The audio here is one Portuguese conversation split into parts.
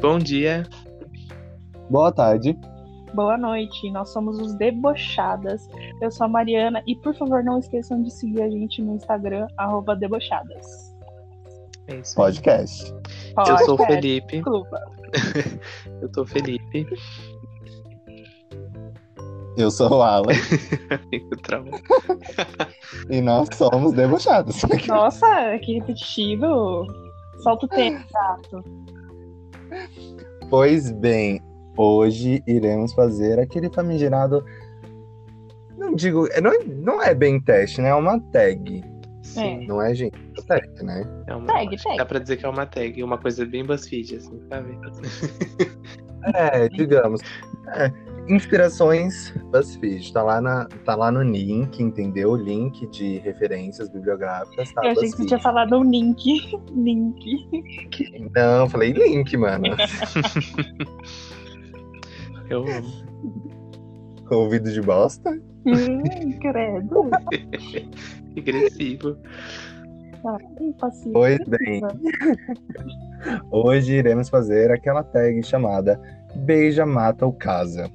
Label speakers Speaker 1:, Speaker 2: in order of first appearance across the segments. Speaker 1: Bom dia.
Speaker 2: Boa tarde.
Speaker 3: Boa noite, nós somos os Debochadas. Eu sou a Mariana e por favor não esqueçam de seguir a gente no Instagram, arroba Debochadas.
Speaker 1: É isso aí.
Speaker 2: Podcast.
Speaker 1: Eu sou o
Speaker 3: Podcast,
Speaker 1: Felipe.
Speaker 3: Desculpa.
Speaker 1: Eu sou o Felipe.
Speaker 2: Eu sou o Alan
Speaker 1: Eu travo.
Speaker 2: e nós somos debochados.
Speaker 3: Nossa, que repetitivo. Solta o tempo, gato.
Speaker 2: Pois bem, hoje iremos fazer aquele famigerado. Não digo. é- Não, não é bem teste, né? É uma tag.
Speaker 1: Sim.
Speaker 2: Não é, gente? É tag, né?
Speaker 1: É uma...
Speaker 3: Tag, tag.
Speaker 1: Dá pra dizer que é uma tag, uma coisa bem BuzzFeed, assim, sabe?
Speaker 2: É, digamos. É, Inspirações BuzzFeed. Tá lá, na, tá lá no link, entendeu? O link de referências bibliográficas. Tá
Speaker 3: Eu achei que você
Speaker 2: BuzzFeed.
Speaker 3: tinha falado um link. Link.
Speaker 2: Não, falei link, mano.
Speaker 1: Eu amo.
Speaker 2: Ouvido de bosta.
Speaker 3: Hum, credo.
Speaker 1: Agressivo.
Speaker 3: Ai, paciência.
Speaker 2: Pois bem. Hoje iremos fazer aquela tag chamada Beija, Mata ou Casa.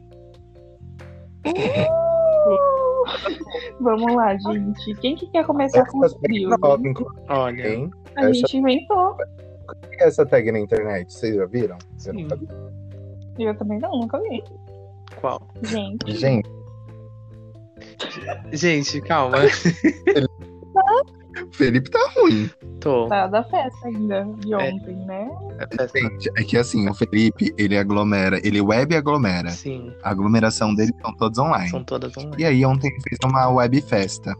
Speaker 3: Vamos lá, gente. Quem que quer
Speaker 1: é
Speaker 3: começar com
Speaker 2: Essa tag
Speaker 3: os
Speaker 2: tá
Speaker 3: trio?
Speaker 2: nova, inclusive,
Speaker 1: Olha,
Speaker 2: hein?
Speaker 3: A gente inventou.
Speaker 2: Essa tag na internet, vocês já viram? Você
Speaker 1: Sim.
Speaker 2: não sabe?
Speaker 3: Eu também não, nunca vi.
Speaker 1: qual?
Speaker 3: Gente,
Speaker 2: Gente,
Speaker 1: Gente, calma.
Speaker 2: Felipe tá ruim.
Speaker 1: Tô.
Speaker 3: tá da festa ainda
Speaker 2: É.
Speaker 3: de ontem, né?
Speaker 2: Gente, é que assim, o Felipe, ele aglomera, ele web aglomera.
Speaker 1: Sim,
Speaker 2: A aglomeração dele são todos online.
Speaker 1: são todas online.
Speaker 2: né? E aí ontem ele fez uma web festa.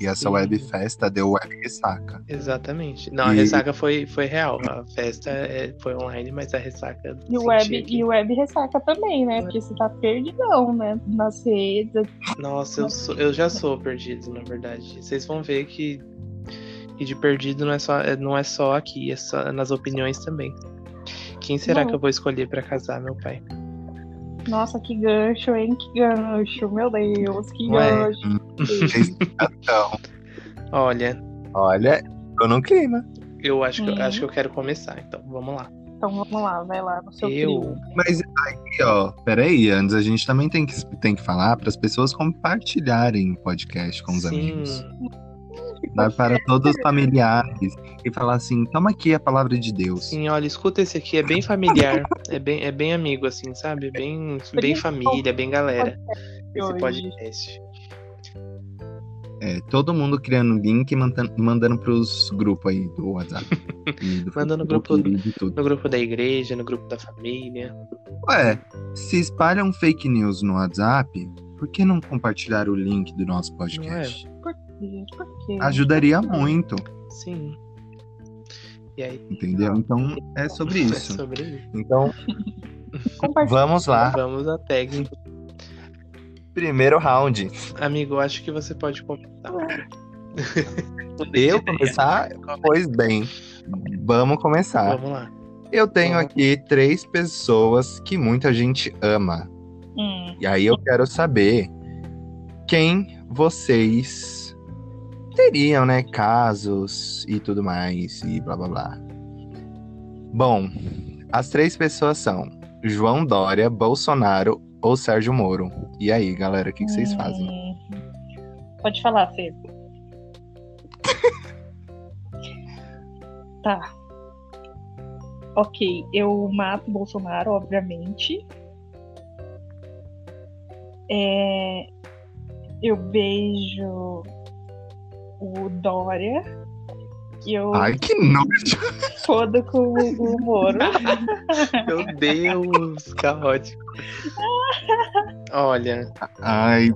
Speaker 2: E essa
Speaker 1: Sim.
Speaker 2: web festa deu web ressaca.
Speaker 1: Exatamente. Não, a
Speaker 2: E-
Speaker 1: ressaca foi, foi real. A festa é- foi online, mas a ressaca. eu
Speaker 3: E o
Speaker 1: senti
Speaker 3: web,
Speaker 1: aqui.
Speaker 3: e o web ressaca também, né? Porque você tá perdidão, né? Nas redes.
Speaker 1: Nossa, eu, sou- eu já sou perdido, na verdade. Vocês vão ver que, que de perdido não é só, é- não é só aqui, é só nas opiniões também. Quem será
Speaker 3: Não.
Speaker 1: que eu vou escolher pra casar, meu pai?
Speaker 3: Nossa, que gancho, hein? Que gancho. Meu Deus, que
Speaker 1: Ué. Hum.
Speaker 3: gancho.
Speaker 2: Então,
Speaker 1: Olha,
Speaker 2: olha, tô no clima.
Speaker 1: eu acho que, eu
Speaker 3: Hum.
Speaker 1: acho que eu quero começar, então vamos lá.
Speaker 3: Então vamos lá, vai lá no seu
Speaker 1: Eu-
Speaker 3: trio.
Speaker 2: Mas aí, ó, peraí, antes a gente também tem que, tem que falar para as pessoas compartilharem o podcast com os
Speaker 1: Sim,
Speaker 2: amigos. Dar para todos os familiares e falar assim: toma aqui a palavra de Deus.
Speaker 1: sim, olha, escuta esse aqui, é bem familiar, é bem, é bem amigo, assim, sabe? Bem, bem família, bem galera. Esse
Speaker 3: hoje.
Speaker 1: podcast.
Speaker 2: É, todo mundo criando link e mantan- mandando pros grupos aí do WhatsApp. e do
Speaker 1: Manda no
Speaker 2: Facebook
Speaker 1: grupo
Speaker 2: e de tudo.
Speaker 1: No grupo da igreja, no grupo da família.
Speaker 2: Ué, se espalham fake news no WhatsApp, por que não compartilhar o link do
Speaker 1: é?
Speaker 2: nosso podcast?
Speaker 3: Gente, por quê?
Speaker 2: Ajudaria muito,
Speaker 1: Sim. E aí,
Speaker 2: entendeu? Então é sobre
Speaker 1: é
Speaker 2: isso.
Speaker 1: sobre isso.
Speaker 2: Então
Speaker 3: Compartilha.
Speaker 2: vamos lá.
Speaker 1: Vamos à tag.
Speaker 2: Primeiro round.
Speaker 1: Amigo, eu acho que você pode começar.
Speaker 2: Eu começar? Pois bem, vamos começar.
Speaker 1: né? Vamos lá.
Speaker 2: Eu tenho aqui três pessoas que muita gente ama.
Speaker 3: Hum,
Speaker 2: E aí eu quero saber quem vocês teriam, né? Casos e tudo mais e blá blá blá. Bom, as três pessoas são João Dória, Bolsonaro ou Sérgio Moro. E aí, galera, o que, que vocês fazem?
Speaker 3: hum. Pode falar, Fê. tá. Ok, eu mato o Bolsonaro, obviamente. É, eu beijo o Dória. E eu
Speaker 2: Ai, que nojo!
Speaker 3: fodo com o Moro.
Speaker 1: Meu Deus, caótico. Olha,
Speaker 2: Ai,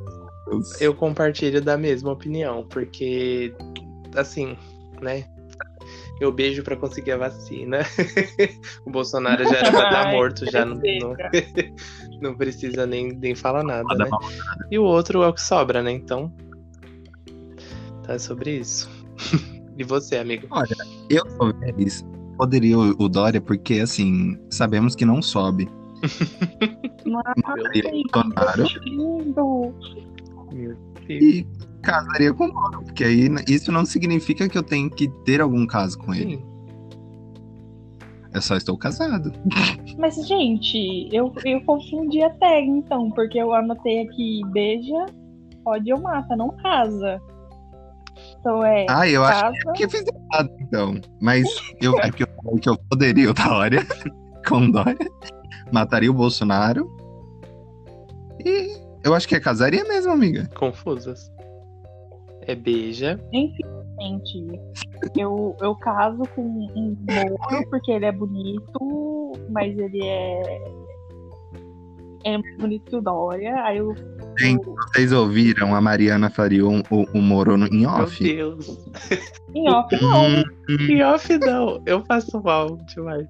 Speaker 2: Deus.
Speaker 1: eu compartilho da mesma opinião, porque, assim, né? Eu beijo pra conseguir a vacina. o Bolsonaro já era pra estar
Speaker 3: Ai,
Speaker 1: morto, já não, não,
Speaker 3: precisa.
Speaker 1: não precisa nem, nem falar nada,
Speaker 2: Nada
Speaker 1: né? E o outro é o que sobra, né? Então, tá é sobre isso. e você, amigo?
Speaker 2: Eu talvez poderia o o Dória, porque assim, sabemos que não sobe. Mataria o é Bolsonaro
Speaker 3: Lindo.
Speaker 1: Meu Deus.
Speaker 2: e casaria com o Moro, porque aí n- isso não significa que eu tenho que ter algum caso com ele.
Speaker 1: Sim,
Speaker 2: Eu só estou casado.
Speaker 3: Mas, gente, eu, eu confundi a tag, então, porque eu anotei aqui beija, pode ou mata, não casa. Então é.
Speaker 2: Ah, eu acho
Speaker 3: casa,
Speaker 2: que eu fiz errado, então. Mas eu, é que eu falei que eu poderia o Dória, com Dória, mataria o Bolsonaro. E eu acho que é casaria mesmo, amiga.
Speaker 1: Confusas. É beija.
Speaker 3: Enfim, gente, eu, eu caso com um moço porque ele é bonito, mas ele é. É mais bonito que o Dória. Aí eu.
Speaker 2: Gente, Vocês ouviram a Mariana faria o, o, o Moro no- em off?
Speaker 1: Meu Deus.
Speaker 3: Em off, não.
Speaker 2: Hum.
Speaker 1: E off não. Eu faço mal demais.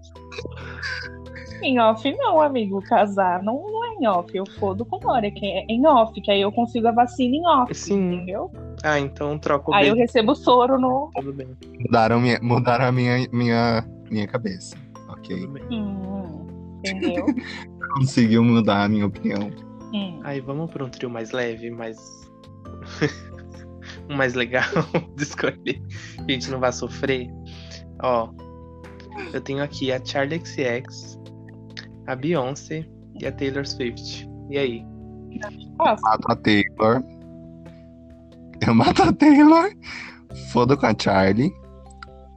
Speaker 3: Em off, não, amigo. Casar não, não é em off. Eu fodo com o Dória, que é em off, que aí eu consigo a vacina em off.
Speaker 1: Sim.
Speaker 3: Entendeu?
Speaker 1: Ah, então troca o
Speaker 3: Aí eu
Speaker 1: beijo.
Speaker 3: recebo soro no.
Speaker 1: Tudo bem,
Speaker 2: Mudaram, minha, mudaram a minha, minha, minha cabeça. Ok.
Speaker 1: tudo bem.
Speaker 3: Hum, entendeu?
Speaker 2: Conseguiu mudar a minha opinião.
Speaker 3: Hum.
Speaker 1: Aí vamos pra um trio mais leve, mais. um mais legal de escolher. Que a gente não vai sofrer. Ó, eu tenho aqui a Charlie XCX, a Beyoncé e a Taylor Swift. E aí?
Speaker 3: Nossa,
Speaker 2: Mato a Taylor. Eu mato a Taylor. Foda com a Charlie.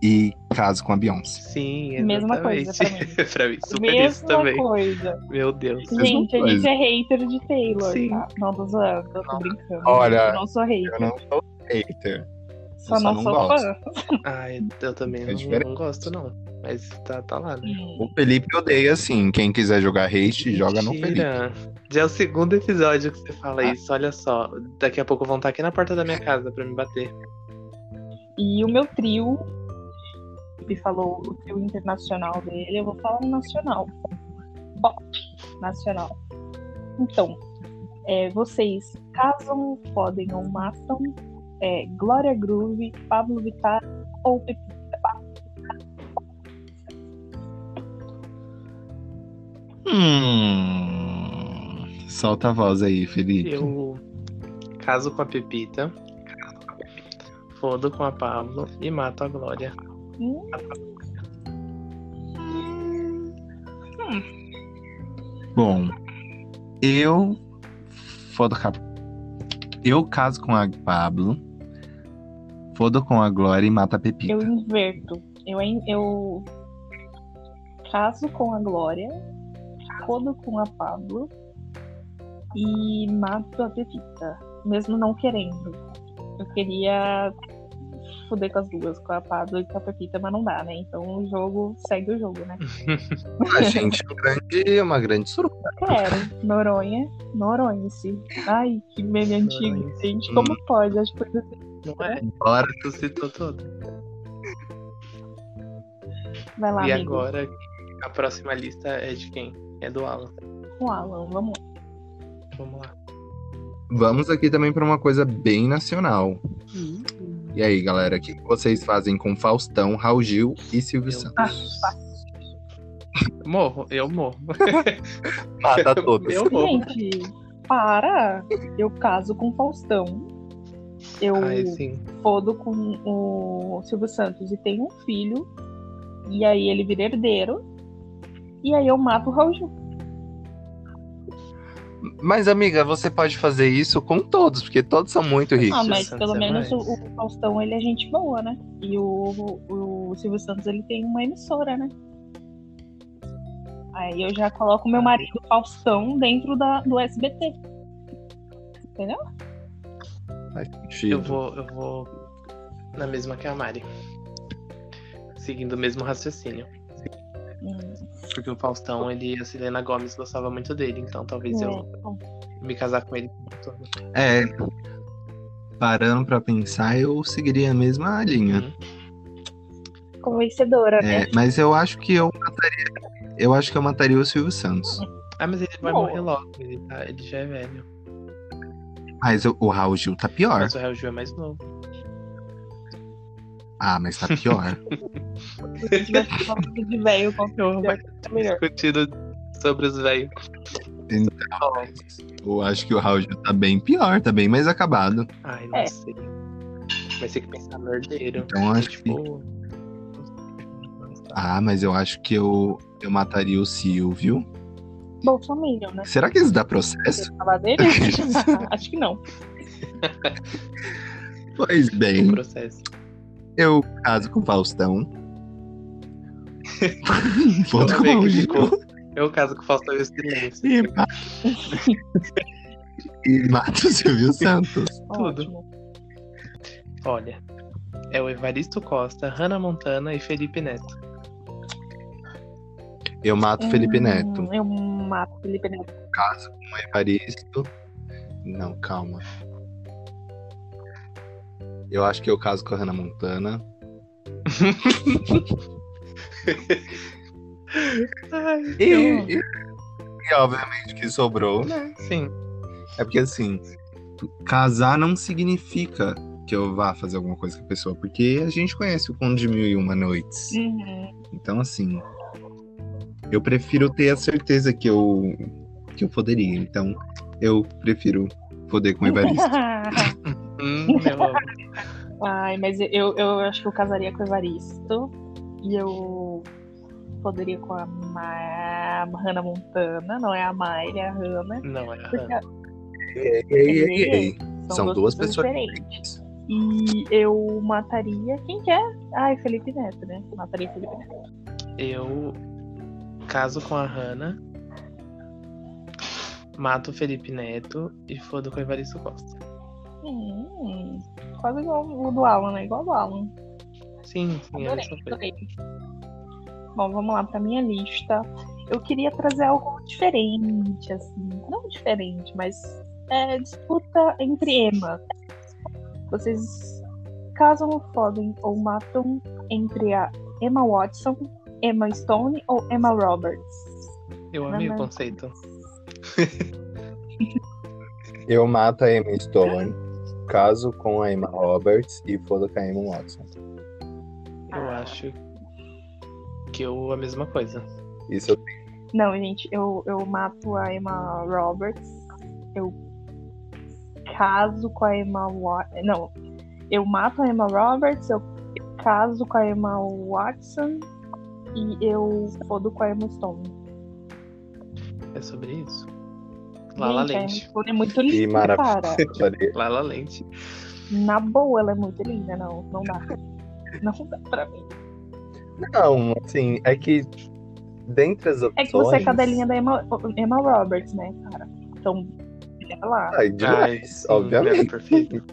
Speaker 2: E caso com a Beyoncé.
Speaker 1: Sim, exatamente.
Speaker 3: Mesma coisa pra mim.
Speaker 1: Pra mim, super isso
Speaker 3: mesma
Speaker 1: também.
Speaker 3: coisa.
Speaker 1: Meu Deus.
Speaker 2: Mesma
Speaker 3: Gente, a gente
Speaker 2: coisa.
Speaker 3: é hater de Taylor,
Speaker 1: Sim.
Speaker 3: tá? Não tô zoando, eu tô brincando.
Speaker 2: Olha,
Speaker 3: Eu não sou hater,
Speaker 2: Eu não sou hater.
Speaker 3: só,
Speaker 2: eu só
Speaker 3: não,
Speaker 2: não
Speaker 3: sou
Speaker 2: gosto.
Speaker 3: fã.
Speaker 1: Ai, eu também
Speaker 2: É
Speaker 1: não- não,
Speaker 2: diferente.
Speaker 1: gosto, não. Mas tá, tá lá, né?
Speaker 3: Hum.
Speaker 2: O Felipe odeia, assim. Quem quiser jogar hate, joga no Felipe.
Speaker 1: Mentira. Já é o segundo episódio que você fala
Speaker 2: Ah.
Speaker 1: isso, olha só. Daqui a pouco vão estar aqui na porta da minha casa pra me bater.
Speaker 3: E o meu trio, ele falou o trio internacional dele, eu vou falar o nacional. Bom, nacional. Então, é, vocês casam, podem ou matam, é, Glória Groove, Pablo Vittar ou Pepita.
Speaker 2: Hum. Solta a voz aí, Felipe.
Speaker 1: Eu caso com a Pepita, fodo com a Pablo e mato a Glória.
Speaker 3: Hum,
Speaker 2: Bom, eu. Foda com a... Eu caso com a Pablo. Foda com a Glória e mata a Pepita.
Speaker 3: eu inverto. Eu, en- eu caso com a Glória, fodo com a Pablo e mato a Pepita, mesmo não querendo. Eu queria foder com as duas, com a Pablo e com a Pepita, mas não dá, né? Então o jogo segue o jogo, né?
Speaker 2: A gente é um grande- é uma grande surpresa.
Speaker 3: Quero. Noronha, Noronha-se. Ai, que meme antigo,
Speaker 1: Noronha-se.
Speaker 3: gente. Como pode? Acho que foi
Speaker 1: Não é?
Speaker 2: Bora.
Speaker 1: Ressuscitou todo.
Speaker 3: Vai lá,
Speaker 1: e
Speaker 3: amigo.
Speaker 1: agora, a próxima lista é de quem? É do Alan.
Speaker 3: Com o Alan, vamos lá.
Speaker 1: Vamos lá.
Speaker 2: Vamos aqui também pra uma coisa bem nacional. E aí, galera, o que vocês fazem com Faustão, Raul Gil e Silvio
Speaker 1: Meu
Speaker 2: Santos?
Speaker 1: Deus. Morro, eu morro.
Speaker 2: Mata
Speaker 1: eu-
Speaker 2: todos.
Speaker 1: eu- Pô.
Speaker 3: Gente, para! Eu caso com o Faustão. Eu
Speaker 1: Ai, sim.
Speaker 3: fodo com o Silvio Santos e tenho um filho. E aí ele vira herdeiro. E aí eu mato o Raul Gil.
Speaker 2: Mas, amiga, você pode fazer isso com todos, porque todos são muito ricos.
Speaker 3: Ah, mas
Speaker 1: Santos
Speaker 3: pelo
Speaker 1: é
Speaker 3: menos o,
Speaker 1: mais.
Speaker 3: o Faustão ele é gente boa, né? E o, o Silvio Santos ele tem uma emissora, né? Aí eu já coloco
Speaker 1: Ah.
Speaker 3: meu marido Faustão dentro da, do SBT.
Speaker 2: Faz sentido.
Speaker 1: Eu vou, eu vou na mesma que a Mari. Seguindo o mesmo raciocínio.
Speaker 3: Hum,
Speaker 1: Porque o Faustão, ele, a Selena Gomes gostava muito dele, então talvez eu
Speaker 3: é.
Speaker 1: me casar com ele.
Speaker 2: É. Parando pra pensar, eu seguiria a mesma linha.
Speaker 1: Uhum.
Speaker 3: Convencedora, né?
Speaker 2: É, mas eu acho que eu mataria. Eu acho que eu mataria o Silvio Santos.
Speaker 1: Ah, mas ele vai
Speaker 3: Boa.
Speaker 1: morrer logo, ele, tá- ele já é velho.
Speaker 2: Mas o, o Raul Gil tá pior.
Speaker 1: Mas o Raul Gil é mais novo.
Speaker 2: Ah, mas tá
Speaker 1: É.
Speaker 2: pior.
Speaker 3: Se tivesse falado de velho, com
Speaker 1: Eu amo
Speaker 2: É
Speaker 3: certeza, melhor.
Speaker 1: discutindo sobre os velhos. Então,
Speaker 2: eu acho que o Raul Gil tá bem pior, tá bem mais acabado.
Speaker 1: Ai, não
Speaker 3: É.
Speaker 1: sei. Tipo, Vai ter que pensar no herdeiro.
Speaker 2: Então, acho que-
Speaker 1: tipo...
Speaker 2: Ah, mas eu acho que eu, eu mataria o Silvio.
Speaker 3: Bolsonaro, né?
Speaker 2: Será que isso dá processo?
Speaker 3: Você falar dele? Ah, Acho que não.
Speaker 2: Pois
Speaker 1: O
Speaker 2: bem,
Speaker 1: processo.
Speaker 2: eu caso com o Faustão. um Volto
Speaker 1: Vamos ver
Speaker 2: com o
Speaker 1: quem
Speaker 2: Gil.
Speaker 1: ficou. Eu caso com o Faustão e o Silêncio.
Speaker 2: E ma- tá? e mato o Silvio Santos.
Speaker 1: Tudo.
Speaker 3: Ótimo.
Speaker 1: Olha, é o Evaristo Costa, Hannah Montana e Felipe Neto.
Speaker 2: Eu mato o Felipe
Speaker 3: Hum,
Speaker 2: Neto.
Speaker 3: Eu mato o Felipe Neto.
Speaker 2: Caso com o Evaristo. Não, calma. Eu acho que eu caso com a Hannah Montana.
Speaker 1: Ai,
Speaker 2: E,
Speaker 1: eu-
Speaker 2: e- e obviamente que sobrou.
Speaker 1: né, Sim.
Speaker 2: É porque assim, casar não significa que eu vá fazer alguma coisa com a pessoa, porque a gente conhece o Conde de Mil e Uma Noites.
Speaker 3: Uhum.
Speaker 2: Então, assim, eu prefiro ter a certeza que eu que eu poderia. Então, eu prefiro poder com o Evaristo.
Speaker 1: Hum, meu amor.
Speaker 3: Ai, mas eu, eu acho que eu casaria com o Evaristo. E eu poderia com a Ma... Hannah Montana, não é a Mayra, é a Hannah.
Speaker 1: Não, é a
Speaker 3: Porque
Speaker 1: Hannah.
Speaker 2: ei, ei, ei, ei.
Speaker 3: gostos
Speaker 2: São duas pessoas
Speaker 3: diferentes.
Speaker 2: diferentes.
Speaker 3: E eu mataria. Quem que é? Ai, Felipe Neto, né? Mataria Felipe Neto.
Speaker 1: Eu caso com a Hannah, mato o Felipe Neto e fodo com o Evaristo Costa.
Speaker 3: Hum, quase igual o do Alan, né? Igual o do Alan.
Speaker 1: Sim, sim, é a
Speaker 3: Adorei,
Speaker 1: mesma coisa.
Speaker 3: adorei. Bom, vamos lá pra minha lista. Eu queria trazer algo diferente, assim. Não diferente, mas é, disputa entre emas. Vocês casam ou fodem ou matam entre a Emma Watson, Emma Stone ou Emma Roberts?
Speaker 1: Eu amei o
Speaker 3: Hannah.
Speaker 1: conceito.
Speaker 2: Eu mato a Emma Stone, caso com a Emma Roberts e foda com a Emma Watson.
Speaker 1: Eu
Speaker 3: Ah.
Speaker 1: acho que eu a mesma coisa.
Speaker 2: Isso eu
Speaker 3: Não, gente, eu, eu mato a Emma Roberts. Eu caso com a Emma Watson. Não, eu mato a Emma Roberts, eu caso com a Emma Watson e eu fodo com a Emma Stone.
Speaker 1: É sobre isso. Lala
Speaker 3: gente, a
Speaker 1: Lente.
Speaker 3: Emma Stone é muito
Speaker 2: E
Speaker 3: linda,
Speaker 2: maravilhosa.
Speaker 3: cara.
Speaker 2: faria.
Speaker 1: Lala Lente.
Speaker 3: Na boa, ela é muito linda, não. Não dá. Não dá pra mim.
Speaker 2: Não, assim, é que dentre as opções...
Speaker 3: É que você é cadelinha da Emma, Emma Roberts, né, cara? Então, olha lá.
Speaker 2: Ai, demais,
Speaker 1: é
Speaker 2: obviamente.
Speaker 1: perfeito.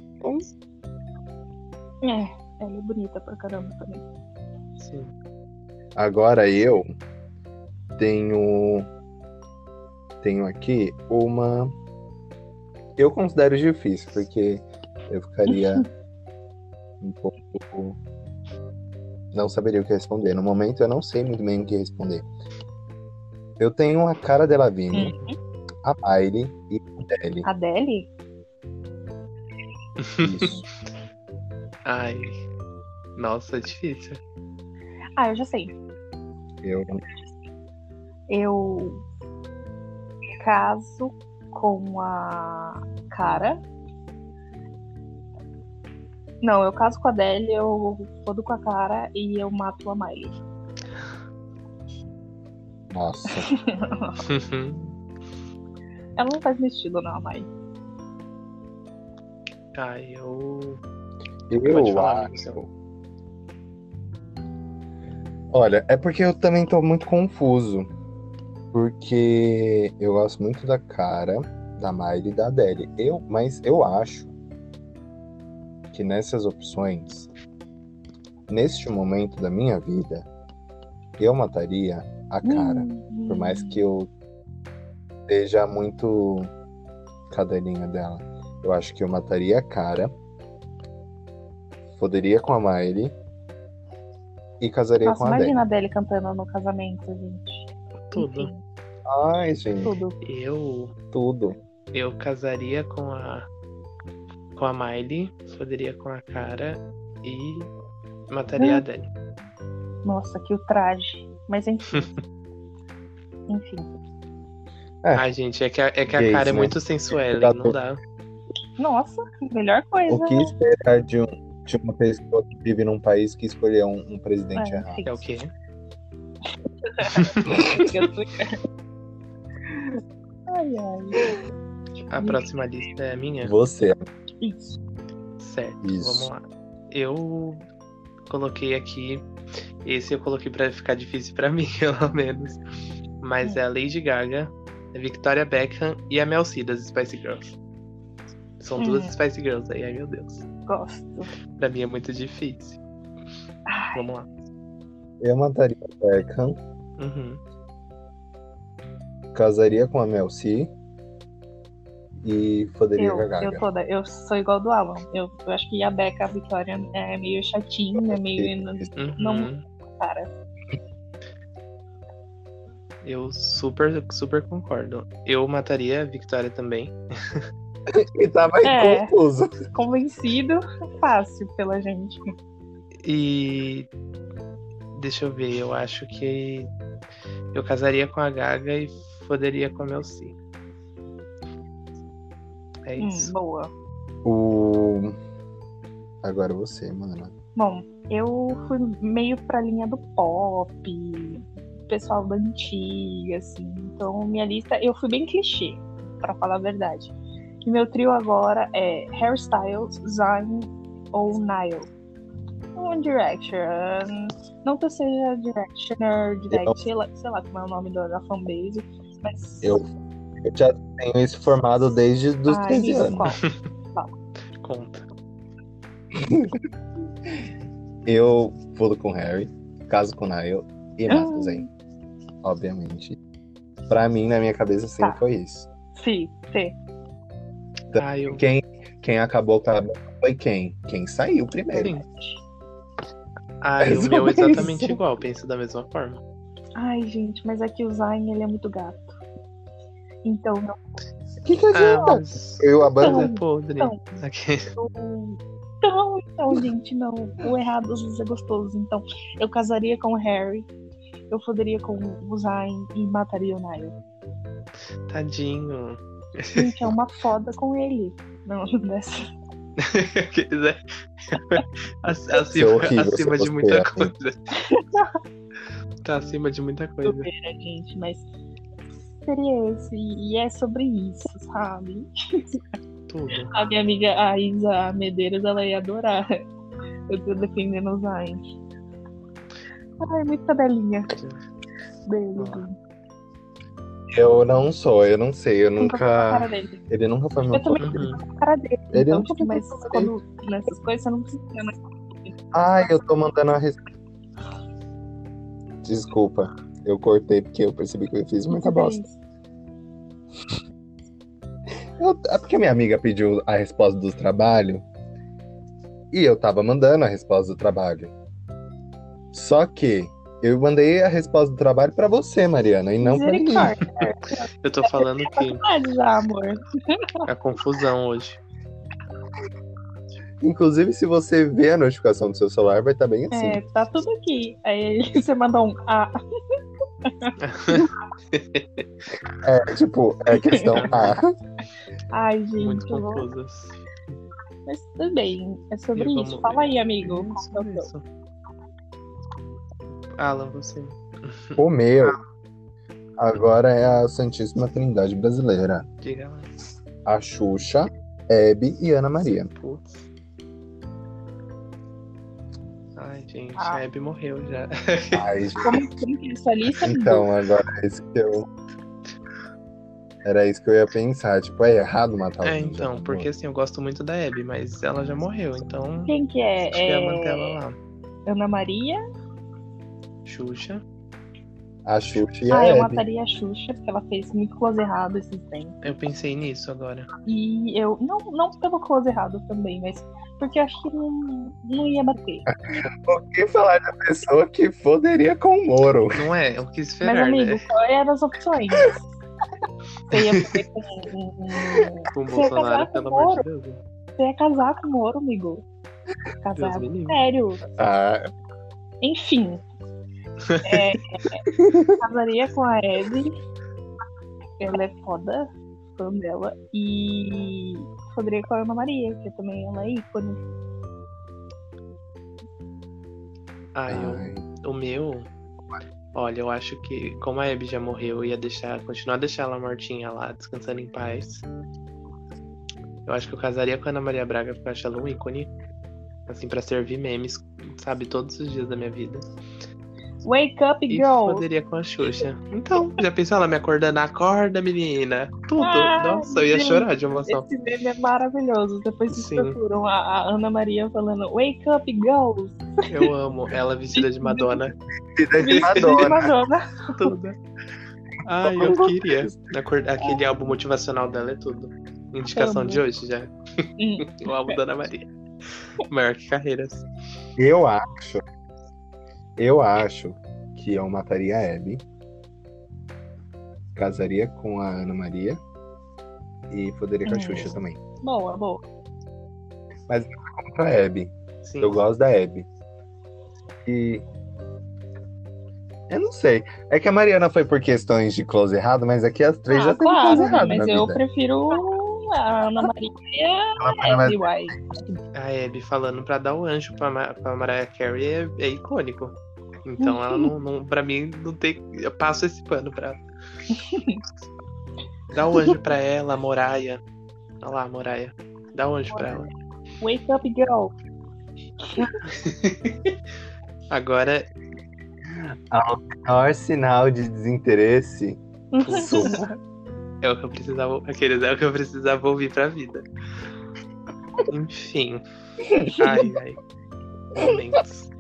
Speaker 3: É, ela é bonita pra caramba também.
Speaker 1: Sim.
Speaker 2: Agora eu tenho tenho aqui uma eu considero difícil porque eu ficaria um pouco não saberia o que responder. No momento eu não sei muito bem o que responder. Eu tenho a Cara Delevingne, a Miley e o Deli.
Speaker 3: Adele?
Speaker 2: Isso.
Speaker 1: Ai. Nossa, é difícil.
Speaker 3: Ah, eu já sei.
Speaker 2: Eu
Speaker 3: Eu caso com a cara. Não, eu caso com a Adele, eu fodo com a cara e eu mato a Miley.
Speaker 2: nossa.
Speaker 3: Ela não faz meu estilo, não, a Miley.
Speaker 1: Ai, eu. Pode
Speaker 2: Eu
Speaker 1: falar, amigo
Speaker 2: acho. Olha, é porque eu também tô muito confuso. Porque eu gosto muito da cara da Miley e da Adele. Eu, mas eu acho que nessas opções, neste momento da minha vida, eu mataria a cara.
Speaker 3: Hum.
Speaker 2: Por mais que eu seja muito cadelinha dela. Eu acho que eu mataria a cara. Poderia com a Miley. E casaria
Speaker 3: Nossa,
Speaker 2: com a Adele.
Speaker 3: imagina a Adele cantando no casamento, gente.
Speaker 1: Tudo.
Speaker 3: Enfim,
Speaker 2: Ai, gente,
Speaker 3: tudo.
Speaker 1: Eu.
Speaker 2: tudo.
Speaker 1: Eu casaria com a. Com a Miley. Poderia com a cara. E.
Speaker 2: Ah.
Speaker 1: Mataria a Adele.
Speaker 3: Nossa, que o traje. Mas enfim. enfim.
Speaker 2: É.
Speaker 1: Ai, gente, é que a, é que a
Speaker 2: Gays,
Speaker 1: cara é
Speaker 2: né?
Speaker 1: muito sensuela. Não dá.
Speaker 3: Nossa, melhor coisa.
Speaker 2: O que esperar de, um, de uma pessoa que vive num país que escolheu um, um presidente
Speaker 3: É,
Speaker 2: errado?
Speaker 3: enfim.
Speaker 1: É o quê?
Speaker 3: ai, ai.
Speaker 1: A próxima lista é minha?
Speaker 2: Você.
Speaker 3: Isso.
Speaker 1: Certo,
Speaker 2: Isso.
Speaker 1: vamos lá. Eu coloquei aqui. Esse eu coloquei pra ficar difícil pra mim, pelo menos. Mas é a Lady Gaga, a Victoria Beckham e a Mel C das Spice Girls. São duas
Speaker 3: Hum.
Speaker 1: Spice Girls aí, ai meu Deus.
Speaker 3: Gosto.
Speaker 1: Pra mim é muito difícil. Vamos lá.
Speaker 2: Eu mataria a Beckham,
Speaker 1: Uhum.
Speaker 2: casaria com a Mel C e foderia
Speaker 3: Eu,
Speaker 2: com a Gaga.
Speaker 3: eu toda, eu sou igual do Alan. Eu, eu acho que a Becca, a Victoria é meio chatinha, meio.
Speaker 1: Uhum.
Speaker 3: Não- Cara.
Speaker 1: Eu super, super concordo. Eu mataria a Victoria também.
Speaker 2: E tava
Speaker 3: É.
Speaker 2: inconcluso.
Speaker 3: Convencido, fácil pela gente.
Speaker 1: E deixa eu ver, eu acho que eu casaria com a Gaga e foderia com a Mel C. É
Speaker 3: Hum,
Speaker 1: isso.
Speaker 3: boa.
Speaker 2: O... Agora você, mano.
Speaker 3: Bom, eu fui meio pra linha do pop, pessoal da antiga, assim. Então, minha lista, eu fui bem clichê, pra falar a verdade. E meu trio agora é Hairstyles, Zayn ou Nile. One Direction. Não que eu seja Directioner,
Speaker 2: Eu-
Speaker 3: Direct, sei lá, sei lá como é o nome da, da fanbase, mas.
Speaker 2: Eu, eu já tenho isso formado desde os
Speaker 3: Ai,
Speaker 2: 13
Speaker 3: diga
Speaker 2: anos.
Speaker 3: qual.
Speaker 1: Conta.
Speaker 2: Eu pulo com o Harry, caso com o Niall
Speaker 3: Ah.
Speaker 2: e mato o Zayn. Obviamente. Pra mim, na minha cabeça, sempre
Speaker 3: Tá.
Speaker 2: foi isso.
Speaker 3: Sim, sim.
Speaker 2: Tá.
Speaker 1: Ah, eu.
Speaker 2: Quem, quem acabou com a Beckham foi quem? Quem saiu primeiro.
Speaker 1: Sim. Ah, e o
Speaker 2: Mas
Speaker 1: meu é
Speaker 2: é isso.
Speaker 1: exatamente igual, penso da mesma forma.
Speaker 3: Ai, gente, mas é que o Zayn, ele é muito gato. Então, não.
Speaker 2: O que, que
Speaker 1: Ah,
Speaker 2: adianta?
Speaker 1: mas.
Speaker 2: eu
Speaker 1: Mas é
Speaker 2: abandono.
Speaker 1: podre.
Speaker 3: Então.
Speaker 1: Aqui.
Speaker 3: Então, então, gente, não. O errado às vezes é gostoso. Então, eu casaria com o Harry, eu foderia com o Zayn e mataria o Niall.
Speaker 1: Tadinho.
Speaker 3: Gente, é uma foda com ele. Não, é dessa.
Speaker 1: Quer dizer, ac-
Speaker 2: é
Speaker 1: acima,
Speaker 2: horrível,
Speaker 1: acima
Speaker 2: seu
Speaker 1: de muita
Speaker 2: gostoso.
Speaker 1: coisa. Tá acima de muita coisa. é
Speaker 3: zoeira, gente, mas seria esse. E é sobre isso, sabe?
Speaker 1: Tudo.
Speaker 3: A minha amiga, a Isa Medeiros, ela ia adorar. Eu tô defendendo o Zayn. Ai, muito tabelinha. Beijo. Então.
Speaker 2: Eu não sou, eu não sei. Eu
Speaker 3: Nunca fui a
Speaker 2: nunca.
Speaker 3: cara dele.
Speaker 2: Ele nunca foi meu
Speaker 3: Eu também
Speaker 1: Uhum.
Speaker 3: com a cara dele.
Speaker 2: Ele é um
Speaker 3: então,
Speaker 2: não
Speaker 3: tipo,
Speaker 2: tinha
Speaker 3: mas
Speaker 2: pensado
Speaker 3: quando nessas coisas você não precisa. Né?
Speaker 2: Ai, eu tô mandando a resposta. Desculpa, eu cortei porque eu percebi que eu fiz muita bosta. Eu- é porque minha amiga pediu a resposta do trabalho e eu tava mandando a resposta do trabalho. Só que eu mandei a resposta do trabalho pra você, Mariana, e não pra mim.
Speaker 3: Misericórdia.
Speaker 1: Eu tô falando que
Speaker 3: Verdade, já, amor.
Speaker 1: a confusão hoje.
Speaker 2: Inclusive, se você vê a notificação do seu celular, vai estar bem assim.
Speaker 3: É, tá tudo aqui. Aí você mandou um A.
Speaker 2: É, tipo, é questão. Ah,
Speaker 3: Ai, gente,
Speaker 1: Muito assim.
Speaker 3: eu vou-
Speaker 1: confusas.
Speaker 3: mas tudo bem. É
Speaker 1: E
Speaker 3: sobre
Speaker 1: vamos
Speaker 3: isso.
Speaker 1: ver.
Speaker 3: Fala aí, amigo.
Speaker 1: É
Speaker 3: Qual que é o seu?
Speaker 1: isso. Alan, você.
Speaker 2: o meu. Agora é a Santíssima Trindade Brasileira.
Speaker 1: Diga lá.
Speaker 2: a Xuxa, Hebe e Ana Maria.
Speaker 1: Putz. Ai, gente,
Speaker 3: Ah.
Speaker 1: a Abby morreu já.
Speaker 2: Ai, gente,
Speaker 3: Como, como que é essa lista?
Speaker 2: então, agora é isso que eu. Era isso que eu ia pensar. Tipo, é errado matar tipo,
Speaker 1: é,
Speaker 2: alguém,
Speaker 1: então,
Speaker 2: gente.
Speaker 1: porque assim, eu gosto muito da Abby, mas ela já morreu, então
Speaker 3: Quem que é?
Speaker 1: acho que ia manter ela
Speaker 3: é...
Speaker 1: lá.
Speaker 3: Ana Maria?
Speaker 1: Xuxa.
Speaker 2: A Xuxa e a
Speaker 3: ah, eu
Speaker 2: Hebe.
Speaker 3: mataria a Xuxa, porque ela fez muito close errado esses tempos.
Speaker 1: Eu pensei nisso agora.
Speaker 3: E eu. Não, não pelo close errado também, mas porque eu acho que não, não ia bater.
Speaker 2: Por que falar da pessoa que foderia com o Moro?
Speaker 1: Não é, eu quis
Speaker 3: Mas,
Speaker 1: esperar,
Speaker 3: amigo,
Speaker 1: né?
Speaker 3: quais eram as opções? Você ia, fazer com, um- um-
Speaker 1: Com o
Speaker 3: Você ia casar
Speaker 1: Bolsonaro,
Speaker 3: com
Speaker 1: pelo
Speaker 3: o
Speaker 1: amor de Deus. né?
Speaker 3: você ia casar com o Moro, amigo.
Speaker 1: Deus
Speaker 3: Casar.
Speaker 1: me livre.
Speaker 3: Sério.
Speaker 2: Ah,
Speaker 3: Enfim. É, é, casaria com a Abby. Ela é foda, fã dela. E poderia com a Ana Maria, que também ela é ícone.
Speaker 1: Ai, eu-
Speaker 2: ai.
Speaker 1: Ah, o meu, Olha, eu acho que como a Abby já morreu, eu ia deixar, continuar a deixar ela mortinha lá, descansando em paz. Eu acho que eu casaria com a Ana Maria Braga, porque eu acho ela um ícone. Assim, pra servir memes, sabe, todos os dias da minha vida.
Speaker 3: Wake up,
Speaker 1: E
Speaker 3: girl!
Speaker 1: poderia com a Xuxa. Então, já pensou ela me acordando? Acorda, menina! Tudo!
Speaker 3: Ah,
Speaker 1: Nossa, eu ia
Speaker 3: gente,
Speaker 1: chorar de emoção.
Speaker 3: Esse meme é maravilhoso. Depois vocês
Speaker 1: Sim.
Speaker 3: procuram a, a Ana Maria falando Wake up, girls!
Speaker 1: Eu amo ela vestida de Madonna.
Speaker 2: Cidade
Speaker 3: De
Speaker 2: Madonna.
Speaker 3: Madonna.
Speaker 1: Tudo. Ai, eu queria. Acordar- Aquele álbum motivacional dela é tudo. Indicação
Speaker 3: Amo.
Speaker 1: de hoje já.
Speaker 3: Hum.
Speaker 1: O álbum da Ana Maria. Maior que carreiras.
Speaker 2: Eu acho. Eu acho que eu mataria a Abby. Casaria com a Ana Maria. E poderia com a
Speaker 3: Hum.
Speaker 2: Xuxa também.
Speaker 3: Boa, boa.
Speaker 2: Contra a Abby.
Speaker 1: Sim.
Speaker 2: Eu gosto da Abby. E. Eu não sei. É que a Mariana foi por questões de close errado, mas aqui as três já
Speaker 3: Ah,
Speaker 2: têm close errado.
Speaker 3: mas
Speaker 2: na
Speaker 3: eu
Speaker 2: vida.
Speaker 3: prefiro a Ana Maria e
Speaker 2: Ela vai-
Speaker 3: a
Speaker 2: ela-
Speaker 3: Abby Wai.
Speaker 1: A Abby falando pra dar o anjo pra, Ma pra Mariah Carey é, é icônico. Então ela não, não. Pra mim, não tem. Eu passo esse pano pra ela. Dá o anjo pra ela, Moraia. Olha lá, Moraia. Dá o anjo pra ela.
Speaker 3: Wake up, girl!
Speaker 1: Agora,
Speaker 2: Maior sinal de desinteresse. Suco.
Speaker 1: É o que eu precisava. Aqueles é o que eu precisava ouvir pra vida. Enfim. Ai, ai. Momentos.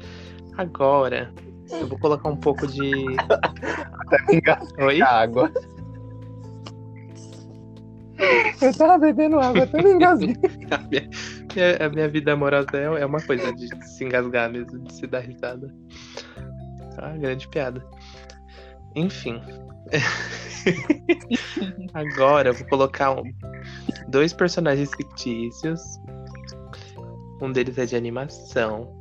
Speaker 1: Agora, eu vou colocar um pouco de. Oi?
Speaker 2: água. Eu tava bebendo água, até me engasguei.
Speaker 1: A minha, minha- a minha vida amorosa é, é uma coisa de se engasgar mesmo, de se dar risada. Ah, grande piada. Enfim. Agora eu vou colocar um- dois personagens fictícios. Um deles é de animação.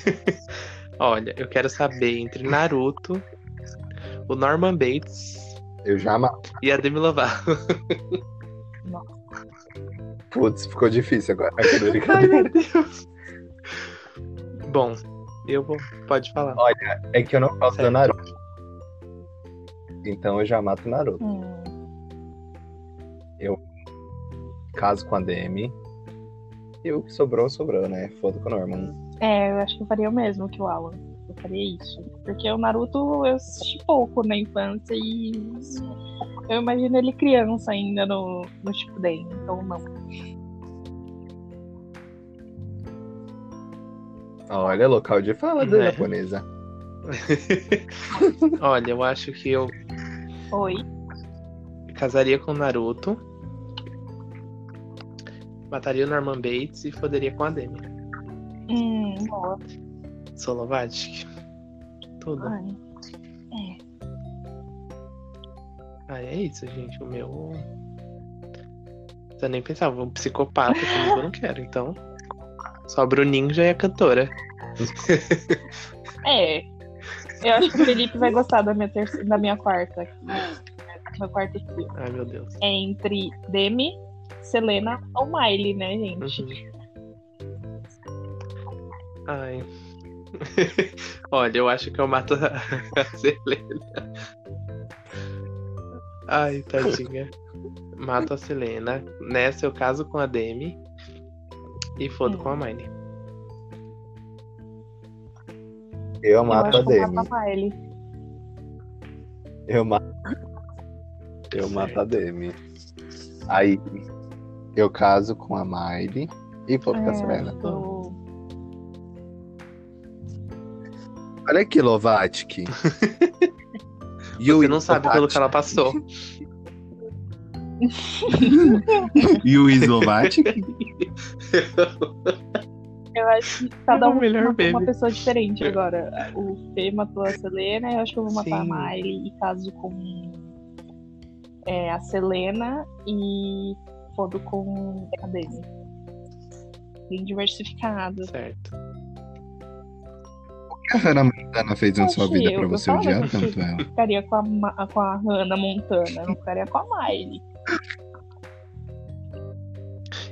Speaker 1: Olha, eu quero saber entre Naruto, o Norman Bates
Speaker 2: Eu já ma-
Speaker 1: e a Demi Lovato.
Speaker 2: Putz, ficou difícil agora.
Speaker 1: Ai, meu Deus. Bom, eu vou. Pode falar.
Speaker 2: É que eu não gosto do
Speaker 1: Certo.
Speaker 2: Naruto. Então eu já mato o Naruto.
Speaker 3: Hum,
Speaker 2: Caso com a Demi. E o que sobrou, sobrou, né? Foda com o Norman.
Speaker 3: É, eu acho que eu faria o mesmo que o Alan. Eu faria isso. Porque o Naruto eu assisti pouco na infância e eu imagino ele criança ainda no, no Shippuden, então não.
Speaker 2: Olha, local de fala da
Speaker 1: É.
Speaker 2: japonesa.
Speaker 1: Olha, eu acho que eu
Speaker 3: Oi.
Speaker 1: casaria com o Naruto. Mataria o Norman Bates e foderia com a Demi.
Speaker 3: Hum, boa.
Speaker 1: Solovatic. Tudo.
Speaker 3: Ai.
Speaker 1: Ah, é isso, gente. O meu. Não precisa nem pensar. Um psicopata comigo eu não quero, então. Sobra o ninja e a cantora.
Speaker 3: É. Eu acho que o Felipe vai gostar da minha, terceira, da minha quarta. Meu quarto trio.
Speaker 1: Ai, meu Deus.
Speaker 3: É entre Demi, Selena ou Miley, né, gente?
Speaker 1: Uhum. Ai. Olha, eu acho que eu mato a a Selena. Ai, tadinha. Mato a Selena. Nessa eu caso com a Demi. E fodo
Speaker 3: Hum.
Speaker 1: com a Miley.
Speaker 2: Eu mato a
Speaker 3: eu acho que eu
Speaker 2: Demi.
Speaker 3: mato a Miley.
Speaker 2: Eu mato. Eu mato a Demi. Aí eu caso com a Miley e vou ficar
Speaker 3: É,
Speaker 2: sabendo.
Speaker 3: eu-
Speaker 2: Olha aqui, Lovatic.
Speaker 1: Você não sabe pelo que ela passou.
Speaker 2: Yui Lovatic?
Speaker 3: Eu acho que cada
Speaker 1: É o
Speaker 3: um
Speaker 1: melhor
Speaker 3: matou uma
Speaker 1: meme.
Speaker 3: pessoa diferente agora. O Fê matou a Selena, eu acho que eu vou matar
Speaker 1: Sim.
Speaker 3: a Miley e caso com é, a Selena e fodo com a Demi. Bem diversificado.
Speaker 1: certo.
Speaker 2: a Hannah Montana fez na sua
Speaker 3: Oxi,
Speaker 2: vida
Speaker 3: eu
Speaker 2: pra você
Speaker 3: gostava
Speaker 2: odiar
Speaker 3: de
Speaker 2: tanto
Speaker 3: ti.
Speaker 2: ela?
Speaker 3: Ficaria com a, Ma- com a Hannah Montana, não ficaria com a Miley.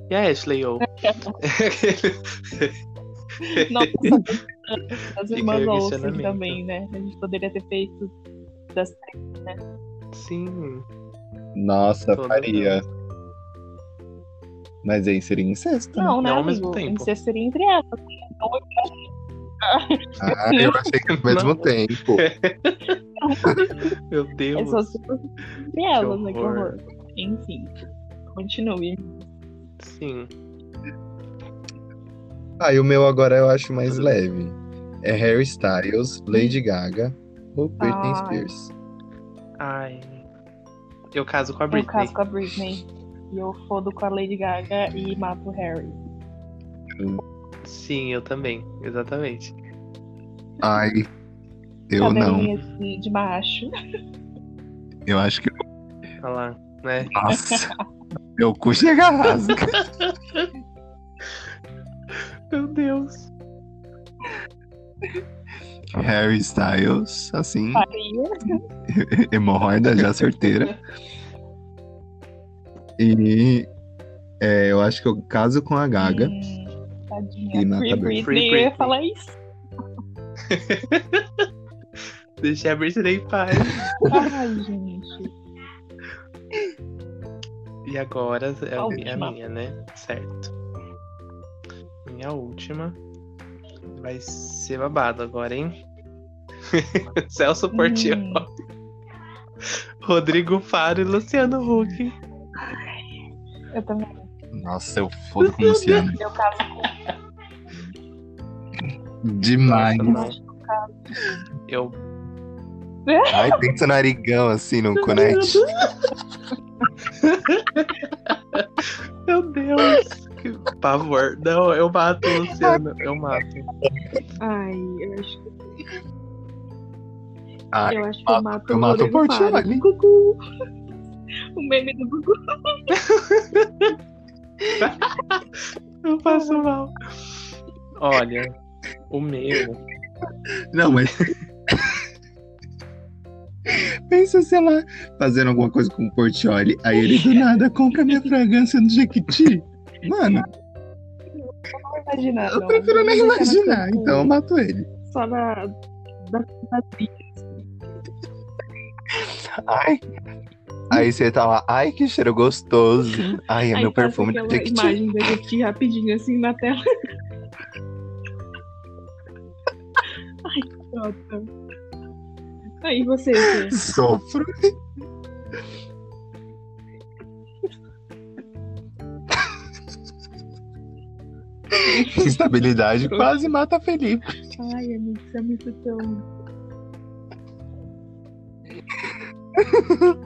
Speaker 1: E a Ashley, ou.
Speaker 3: Nossa, As
Speaker 1: Fica
Speaker 3: irmãs
Speaker 1: aí o
Speaker 3: Olsen
Speaker 1: questionamento.
Speaker 3: também, né? A gente poderia ter feito das três.
Speaker 1: Sim.
Speaker 4: Nossa,
Speaker 1: Todo
Speaker 4: faria. Mas aí seria incesto, né?
Speaker 3: Não, né,
Speaker 1: Não ao
Speaker 3: amigo?
Speaker 1: mesmo tempo.
Speaker 3: Incesto seria entre elas.
Speaker 2: Ah, eu achei que ao mesmo tempo.
Speaker 1: Meu Deus.
Speaker 3: É só se fosse entre elas, né? Que
Speaker 1: horror.
Speaker 3: horror. Enfim, continue.
Speaker 1: Sim.
Speaker 4: Ah, e o meu agora eu acho mais
Speaker 1: Tudo
Speaker 4: leve. É Harry Styles, Lady Gaga ou Britney
Speaker 3: Ai.
Speaker 4: Spears.
Speaker 1: Ai. Eu caso com a
Speaker 3: Eu
Speaker 1: Britney.
Speaker 3: caso com a Britney e eu fodo com a Lady Gaga e mato o Harry.
Speaker 1: Sim, eu também. Exatamente.
Speaker 2: Ai, eu não.
Speaker 3: Cabelinho assim de macho.
Speaker 1: Hum.
Speaker 2: Eu acho que.
Speaker 1: Olha lá, né?
Speaker 2: Nossa. Meu cu chega a rasga.
Speaker 1: Meu Deus.
Speaker 2: Harry Styles, assim,
Speaker 3: Faria.
Speaker 2: hemorroida já certeira.
Speaker 4: E é, eu acho que eu caso com a Gaga.
Speaker 3: Hum,
Speaker 4: E
Speaker 3: Tadinha.
Speaker 4: mata
Speaker 3: Free
Speaker 4: bem.
Speaker 3: Britney,
Speaker 1: Free
Speaker 3: eu ia
Speaker 1: Britney.
Speaker 3: falar isso.
Speaker 1: Deixa a Britney em paz.
Speaker 3: Ai, gente.
Speaker 1: E agora é
Speaker 3: A
Speaker 1: a,
Speaker 3: última.
Speaker 1: minha, né? Certo. Minha última. Vai ser babado agora, hein? Celso Portioli,
Speaker 3: Hum.
Speaker 1: Rodrigo Faro e Luciano Huck.
Speaker 3: Eu também.
Speaker 2: Nossa, eu fodo com o Luciano.
Speaker 3: Eu caso com
Speaker 2: Demais.
Speaker 1: Nossa, não. Eu.
Speaker 2: Ai, pensa narigão assim no Connect.
Speaker 1: Meu Deus! Que pavor. Não, eu mato, Luciano. Eu mato.
Speaker 3: Ai, eu acho que
Speaker 2: Ai,
Speaker 3: eu, acho que eu mato
Speaker 2: eu mato o
Speaker 3: Rodrigo Faro.
Speaker 2: Portioli.
Speaker 3: Gugu. O meme do Gugu.
Speaker 1: Eu passo mal. Olha, o meu.
Speaker 4: Não, mas. Pensa, sei lá, fazendo alguma coisa com o Portioli, aí ele do nada compra minha fragrância no Jequiti. Mano,
Speaker 3: Não imagina,
Speaker 4: eu
Speaker 3: Ah, não.
Speaker 4: prefiro nem
Speaker 3: Vou deixar na
Speaker 4: imaginar,
Speaker 3: cultura.
Speaker 4: então eu mato ele.
Speaker 3: Só na. Da, da trilha.
Speaker 2: ai. Aí você tá lá, ai, que cheiro gostoso. Ai, é
Speaker 3: Aí
Speaker 2: meu
Speaker 3: passa
Speaker 2: perfume do
Speaker 3: aquela
Speaker 2: Jequiti.
Speaker 3: imagem da Jequiti rapidinho assim na tela. Ai, que idiota. Aí você, Fê?
Speaker 2: Sofro. Instabilidade quase mata Felipe.
Speaker 3: Ai, amigo, você é muito tão.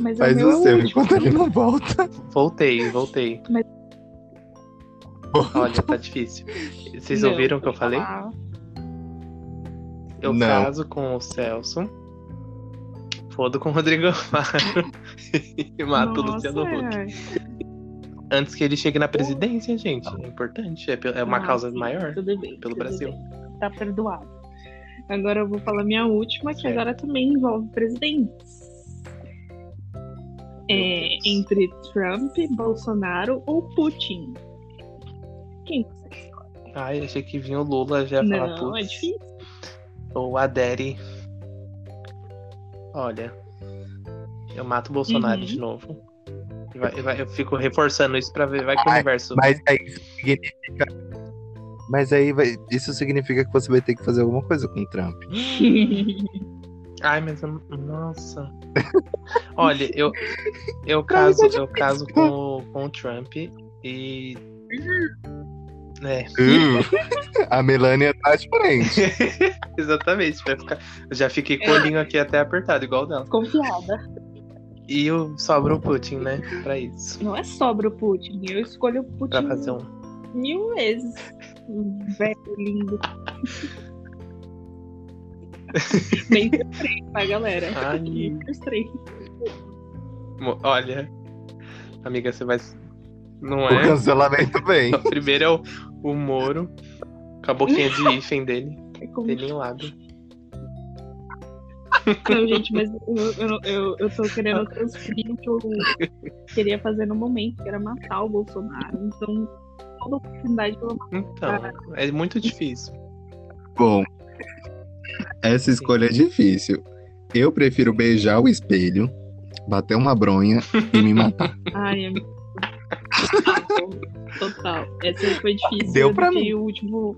Speaker 3: Mas
Speaker 2: Faz
Speaker 3: o meu
Speaker 2: o seu
Speaker 3: é o
Speaker 2: enquanto ele não volta.
Speaker 1: Voltei, voltei.
Speaker 3: Mas-
Speaker 1: Olha, tá difícil. Vocês
Speaker 3: Não,
Speaker 1: ouviram o que eu falei?
Speaker 3: Ah,
Speaker 1: Eu
Speaker 2: Não.
Speaker 1: caso com o Celso. Fodo com o Rodrigo Amaro. e mato o Luciano Huck.
Speaker 3: nossa. é.
Speaker 1: Antes que ele chegue na presidência, gente. É importante. É, pe- é uma
Speaker 3: Ah,
Speaker 1: causa
Speaker 3: sim,
Speaker 1: maior.
Speaker 3: Tudo
Speaker 1: pelo
Speaker 3: bem. tudo
Speaker 1: Brasil.
Speaker 3: bem. Tá perdoado. Agora eu vou falar minha última, que
Speaker 1: Certo.
Speaker 3: agora também envolve presidentes. É,
Speaker 1: Deus.
Speaker 3: entre Trump, Bolsonaro ou Putin? Quem você quer?
Speaker 1: Ai, achei que vinha o Lula já ia falar
Speaker 3: Não, é
Speaker 1: putz.
Speaker 3: difícil.
Speaker 1: Ou Adere. Olha. Eu mato o Bolsonaro
Speaker 3: Uhum.
Speaker 1: de novo. E vai- e vai- eu fico reforçando isso pra ver. Vai que o
Speaker 2: Ai,
Speaker 1: universo.
Speaker 2: Mas aí significa. Mas aí vai- isso significa que você vai ter que fazer alguma coisa com o Trump.
Speaker 1: Ai, mas eu... nossa. Olha, eu eu caso, eu caso com, o- com o Trump e é,
Speaker 4: Hum.
Speaker 2: a Melania tá diferente.
Speaker 1: exatamente, vai ficar, eu já fiquei com o olhinho aqui até apertado igual o dela.
Speaker 3: Confiada.
Speaker 1: E eu sobra o Putin, né, Pra isso.
Speaker 3: Não é sobre o Putin. Eu escolho o Putin
Speaker 1: Pra fazer um
Speaker 3: mil vezes. Um Velho, lindo. Bem frustrante, tá, galera?
Speaker 1: Ai.
Speaker 3: Bem frustrante.
Speaker 1: mo- olha. Amiga, você vai não
Speaker 2: O
Speaker 1: é?
Speaker 2: cancelamento vem.
Speaker 1: O primeiro é o, o Moro com a boquinha de hífen dele,
Speaker 3: É como
Speaker 1: dele em lábio.
Speaker 3: Não, é, gente, mas eu, eu, eu, eu tô querendo transferir o que eu queria fazer no momento, que era matar o Bolsonaro. Então, toda oportunidade que eu
Speaker 2: Ah.
Speaker 1: Então, é muito difícil.
Speaker 4: Bom, essa escolha é difícil. Eu prefiro beijar o espelho, bater uma bronha e me matar.
Speaker 3: Ai, amigo. Total. Essa aí foi difícil.
Speaker 2: Deu
Speaker 3: eu
Speaker 2: pra
Speaker 3: deixei o último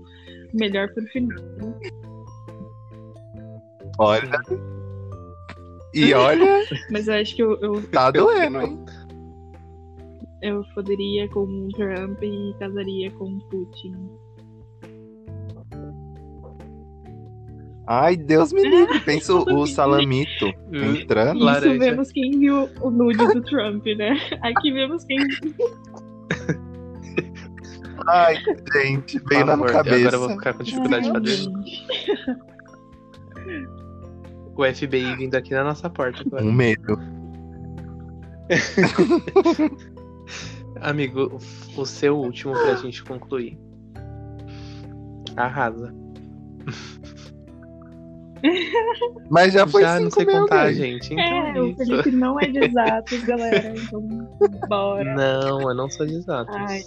Speaker 3: melhor pro final.
Speaker 2: Olha. E olha,
Speaker 3: Mas eu acho que eu, eu,
Speaker 2: tá doendo, hein?
Speaker 3: eu foderia com o Trump e casaria com o Putin.
Speaker 2: Ai, Deus me livre. Pensa o o salamito entrando.
Speaker 3: Isso
Speaker 1: Laranja.
Speaker 3: vemos quem viu o nude do Trump, né? Aqui vemos quem
Speaker 2: Ai, gente, veio
Speaker 1: Fala,
Speaker 2: lá no
Speaker 1: amor, Agora eu vou
Speaker 2: cabeça.
Speaker 1: ficar com dificuldade de
Speaker 3: Ah,
Speaker 1: fazer.
Speaker 3: Realmente.
Speaker 1: O FBI vindo aqui na nossa porta agora.
Speaker 2: Um medo.
Speaker 1: Amigo, o seu último pra gente concluir. Arrasa.
Speaker 2: Mas já foi
Speaker 1: Já não
Speaker 2: cinco
Speaker 1: sei
Speaker 2: mil,
Speaker 1: contar,
Speaker 2: né?
Speaker 1: gente. Então
Speaker 3: É,
Speaker 1: é
Speaker 3: o
Speaker 1: isso.
Speaker 3: Felipe não é de exatos, galera. Então, bora.
Speaker 1: Não, eu não sou de exatos.
Speaker 3: Ai.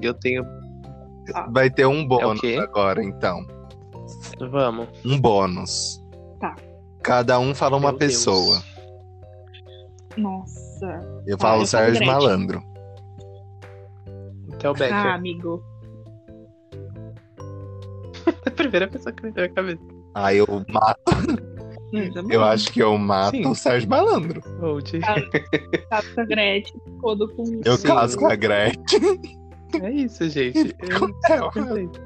Speaker 1: Eu tenho.
Speaker 2: Vai ter um
Speaker 1: É o
Speaker 2: bônus
Speaker 1: quê?
Speaker 2: agora, então.
Speaker 1: Vamos.
Speaker 2: Um bônus.
Speaker 3: Tá.
Speaker 2: Cada um fala uma
Speaker 1: Meu Deus.
Speaker 2: pessoa.
Speaker 3: Nossa.
Speaker 2: Eu
Speaker 3: Tá, eu
Speaker 2: falo
Speaker 3: sou
Speaker 2: Sérgio
Speaker 3: Gretchen.
Speaker 2: Malandro.
Speaker 1: Até o Becker.
Speaker 3: Ah, amigo.
Speaker 1: A primeira pessoa que me veio à cabeça.
Speaker 2: Aí eu mato,
Speaker 3: Hum, tá bom.
Speaker 2: eu acho que eu mato
Speaker 1: Sim.
Speaker 2: o Sérgio Malandro.
Speaker 1: Old.
Speaker 3: Caso tá com a Gretchen, todo com.
Speaker 2: Eu
Speaker 1: Sim.
Speaker 2: caso com a Gretchen.
Speaker 1: É isso, gente. Eu-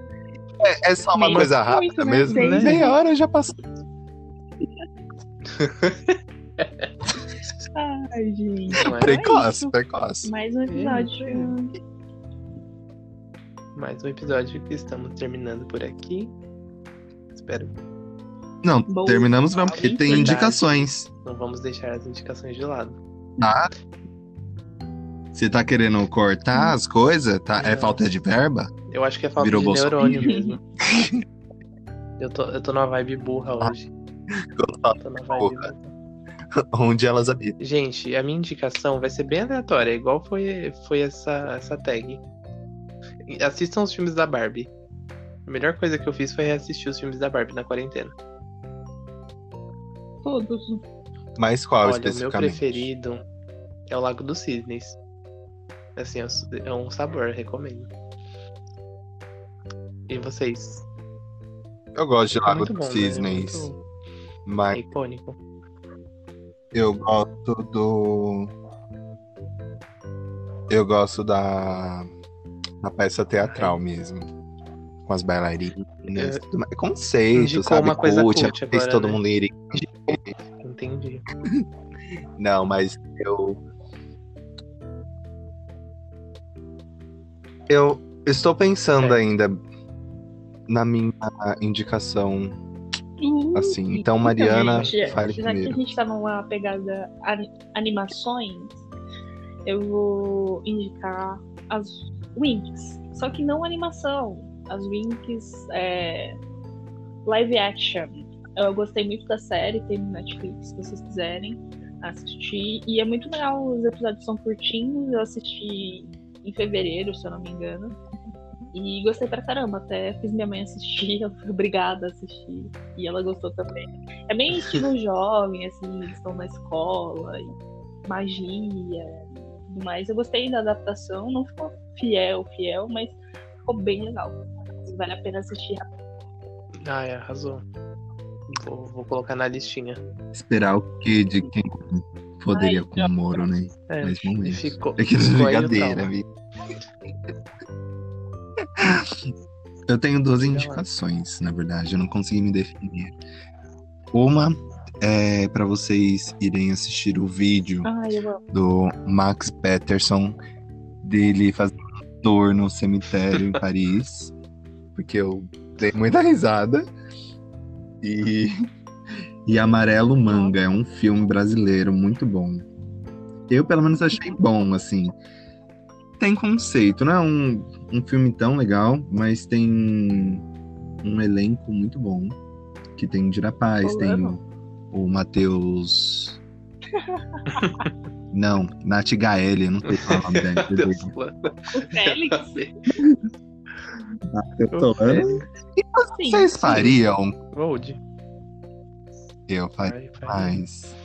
Speaker 2: É, É, é só uma
Speaker 3: Meio
Speaker 2: coisa
Speaker 3: muito,
Speaker 2: rápida
Speaker 3: né?
Speaker 2: mesmo.
Speaker 1: Seis,
Speaker 2: Meia hora já passou.
Speaker 3: Ai, gente.
Speaker 1: Não é?
Speaker 2: Precoce, precoce.
Speaker 3: Mais um episódio.
Speaker 1: Mais um episódio que estamos terminando por aqui. Espero que
Speaker 4: Não,
Speaker 3: Bom,
Speaker 4: terminamos não, porque tem
Speaker 1: verdade.
Speaker 4: indicações.
Speaker 1: não vamos deixar as indicações de lado.
Speaker 4: Você tá querendo
Speaker 1: Hum.
Speaker 4: cortar as coisas? Tá? É
Speaker 1: Não.
Speaker 4: falta de verba?
Speaker 1: Eu acho que é falta
Speaker 4: Virou
Speaker 1: de
Speaker 4: Bolsonaro.
Speaker 1: neurônio mesmo. Eu tô, eu tô numa vibe burra hoje. Tô na vibe
Speaker 2: Porra.
Speaker 1: burra.
Speaker 2: Onde Um elas habitam.
Speaker 1: Gente, a minha indicação vai ser bem aleatória, igual foi, foi essa, essa tag. E Assistam os filmes da Barbie. A melhor coisa que eu fiz foi reassistir os filmes da Barbie na quarentena.
Speaker 3: Todos.
Speaker 2: Mas qual
Speaker 1: Olha, o meu
Speaker 2: especificamente?
Speaker 1: preferido é o Lago dos Cisnes. Assim, é um- é um sabor, recomendo. E vocês?
Speaker 2: Eu gosto de
Speaker 1: É
Speaker 2: Lago
Speaker 1: muito bom,
Speaker 2: dos
Speaker 1: né?
Speaker 2: Cisnes,
Speaker 1: É muito
Speaker 2: mas
Speaker 1: icônico.
Speaker 2: eu gosto do. Eu gosto da, da peça teatral mesmo. Com as bailarinas,
Speaker 1: É.
Speaker 2: tudo mais. conceito,
Speaker 1: Indicou
Speaker 2: sabe?
Speaker 1: uma coisa cult
Speaker 2: fez
Speaker 1: agora,
Speaker 2: todo
Speaker 1: né?
Speaker 2: mundo ir.
Speaker 1: Entendi.
Speaker 2: Não, mas eu. Eu estou pensando
Speaker 1: É.
Speaker 2: ainda na minha indicação
Speaker 3: Hum,
Speaker 2: Assim, então, Mariana,
Speaker 3: gente,
Speaker 2: fale
Speaker 3: já
Speaker 2: primeiro.
Speaker 3: que a gente tá numa pegada ani- animações, eu vou indicar as Winx. Só que não animação. As Winx é, live action. Eu gostei muito da série, tem no Netflix, se vocês quiserem assistir. E é muito legal, os episódios são curtinhos, eu assisti em fevereiro, se eu não me engano. E gostei pra caramba, até fiz minha mãe assistir, ela foi obrigada a assistir. E ela gostou também. É bem estilo jovem, assim, eles estão na escola, e magia e tudo mais. Eu gostei da adaptação, não ficou fiel, fiel, mas ficou bem legal. Vale a pena assistir.
Speaker 1: Ai, Ah, é, arrasou. Vou, vou colocar na listinha.
Speaker 4: Esperar o que de quem poderia com o Moro, né?
Speaker 1: É,
Speaker 4: Mas não
Speaker 1: e
Speaker 4: é.
Speaker 1: ficou.
Speaker 4: É que
Speaker 1: ficou aí o
Speaker 4: brincadeira,
Speaker 2: né?
Speaker 1: trauma.
Speaker 4: vi. Eu tenho duas
Speaker 1: Sei lá.
Speaker 4: indicações, na verdade, eu não consegui me definir. Uma é para vocês irem assistir o vídeo
Speaker 3: Ai, eu amo.
Speaker 4: do Max Peterson dele fazendo um tour no cemitério em Paris, porque eu dei muita risada. E e Amarelo Manga é um filme brasileiro muito bom. Eu pelo menos achei bom, assim. Tem conceito, não é um, um filme tão legal, mas tem um elenco muito bom. Que tem Dira Paz, tem o, o Matheus. não, Nath Gaeli, eu não sei qual é o nome dela.
Speaker 1: Meu Deus, Lana.
Speaker 3: O Félix.
Speaker 4: Eu tô-
Speaker 2: é?
Speaker 1: O Félix.
Speaker 3: Sim,
Speaker 4: Vocês fariam?
Speaker 1: Road.
Speaker 4: Eu faria
Speaker 1: Vai, vai.
Speaker 4: mais.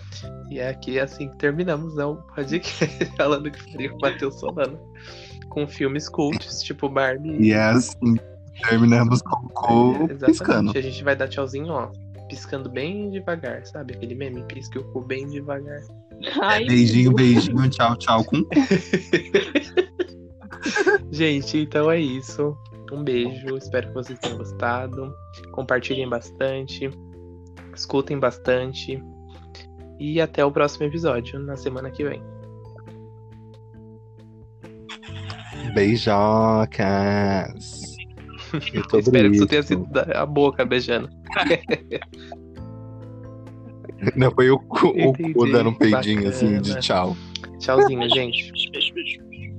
Speaker 1: E é aqui assim que terminamos, não? Podcast falando que faria com o Matheus Solano. Com filmes cults, tipo Barbie.
Speaker 4: E é assim, terminamos com o
Speaker 1: É,
Speaker 4: cu piscando.
Speaker 1: A gente vai dar tchauzinho, ó. Piscando bem devagar, sabe? Aquele meme, pisca o cu bem devagar.
Speaker 3: Ai,
Speaker 4: Beijinho,
Speaker 3: meu
Speaker 4: beijinho, tchau, tchau com cu.
Speaker 1: Gente, então é isso. Um beijo, espero que vocês tenham gostado. Compartilhem bastante, escutem bastante. E até o próximo episódio, na semana que vem.
Speaker 2: Beijocas. Eu tô
Speaker 1: Espero que isso
Speaker 2: bonito.
Speaker 1: tenha sido da- a boca beijando.
Speaker 2: Não, foi o cu, o cu
Speaker 1: Entendi.
Speaker 2: dando um peidinho
Speaker 1: Bacana.
Speaker 2: assim de tchau.
Speaker 1: Tchauzinho, gente.